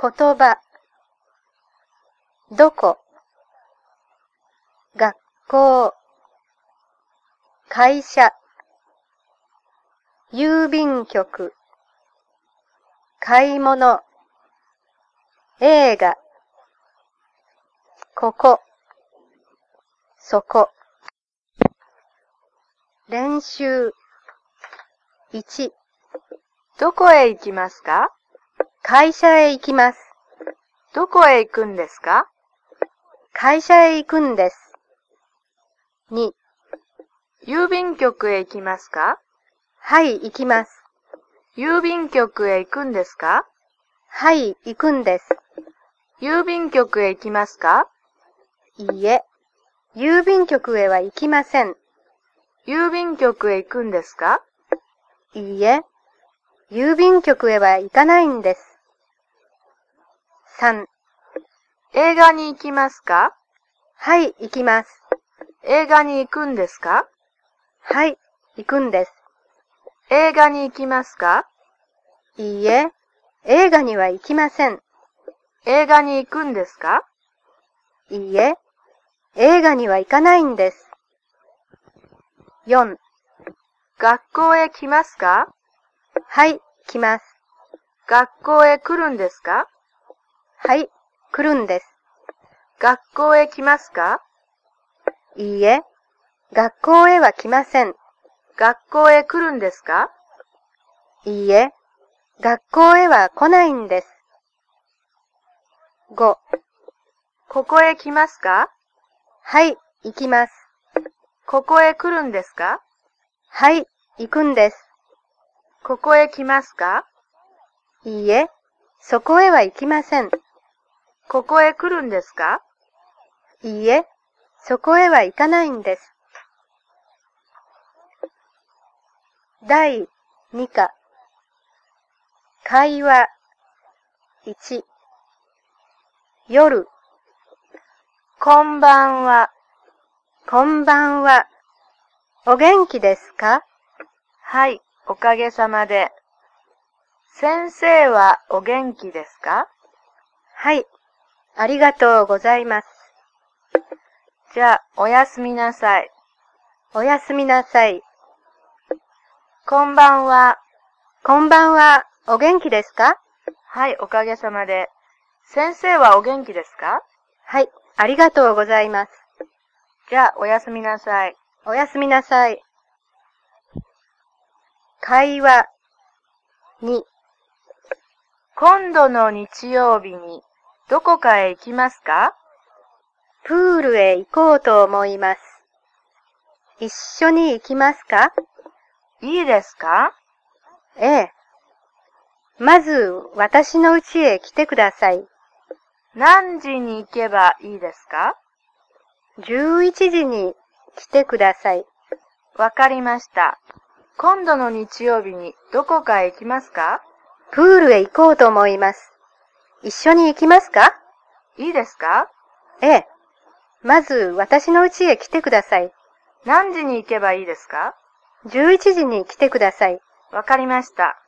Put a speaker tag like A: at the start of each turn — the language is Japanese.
A: 言葉、どこ、学校、会社、郵便局、買い物、映画、ここ、そこ。練習、1、
B: どこへ行きますか
A: 会社へ行きます。
B: どこへ行くんですか
A: 会社へ行くんです。2、
B: 郵便局へ行きますか
A: はい、行きます。
B: 郵便局へ行くんですか
A: はい、行くんです。
B: 郵便局へ行きますか
A: いいえ、郵便局へは行きません。
B: 郵便局へ行くんですか
A: いいえ、郵便局へは行かないんです。3、
B: 映画に行きますか
A: はい、行きます。
B: 映画に行くんですか
A: はい、行くんです。
B: 映画に行きますか
A: いいえ、映画には行きません。
B: 映画に行くんですか
A: いいえ、映画には行かないんです。4、
B: 学校へ来ますか
A: はい、来ます。
B: 学校へ来るんですか
A: はい、来るんです。
B: 学校へ来ますか
A: いいえ、学校へは来ません。
B: 学校へ来るんですか
A: いいえ、学校へは来ないんです。5、
B: ここへ来ますか
A: はい、行きます。
B: ここへ来るんですか
A: はい、行くんです。
B: ここへ来ますか
A: いいえ、そこへは行きません。
B: ここへ来るんですか
A: いいえ、そこへは行かないんです。第2課会話1夜、
B: こんばんは。
A: こんばんは。お元気ですか
B: はい、おかげさまで。先生はお元気ですか
A: はい。ありがとうございます。
B: じゃあ、おやすみなさい。
A: おやすみなさい。
B: こんばんは。
A: こんばんは。お元気ですか
B: はい、おかげさまで。先生はお元気ですか
A: はい。ありがとうございます。
B: じゃあ、おやすみなさい。
A: おやすみなさい。会話2、
B: 今度の日曜日に、どこかへ行きますか
A: プールへ行こうと思います。一緒に行きますか
B: いいですか
A: ええ。まず、私の家へ来てください。
B: 何時に行けばいいですか
A: 11時に来てください。
B: わかりました。今度の日曜日にどこかへ行きますか
A: プールへ行こうと思います。一緒に行きますか
B: いいですか
A: ええ。まず、私の家へ来てください。
B: 何時に行けばいいですか
A: 11時に来てください。
B: わかりました。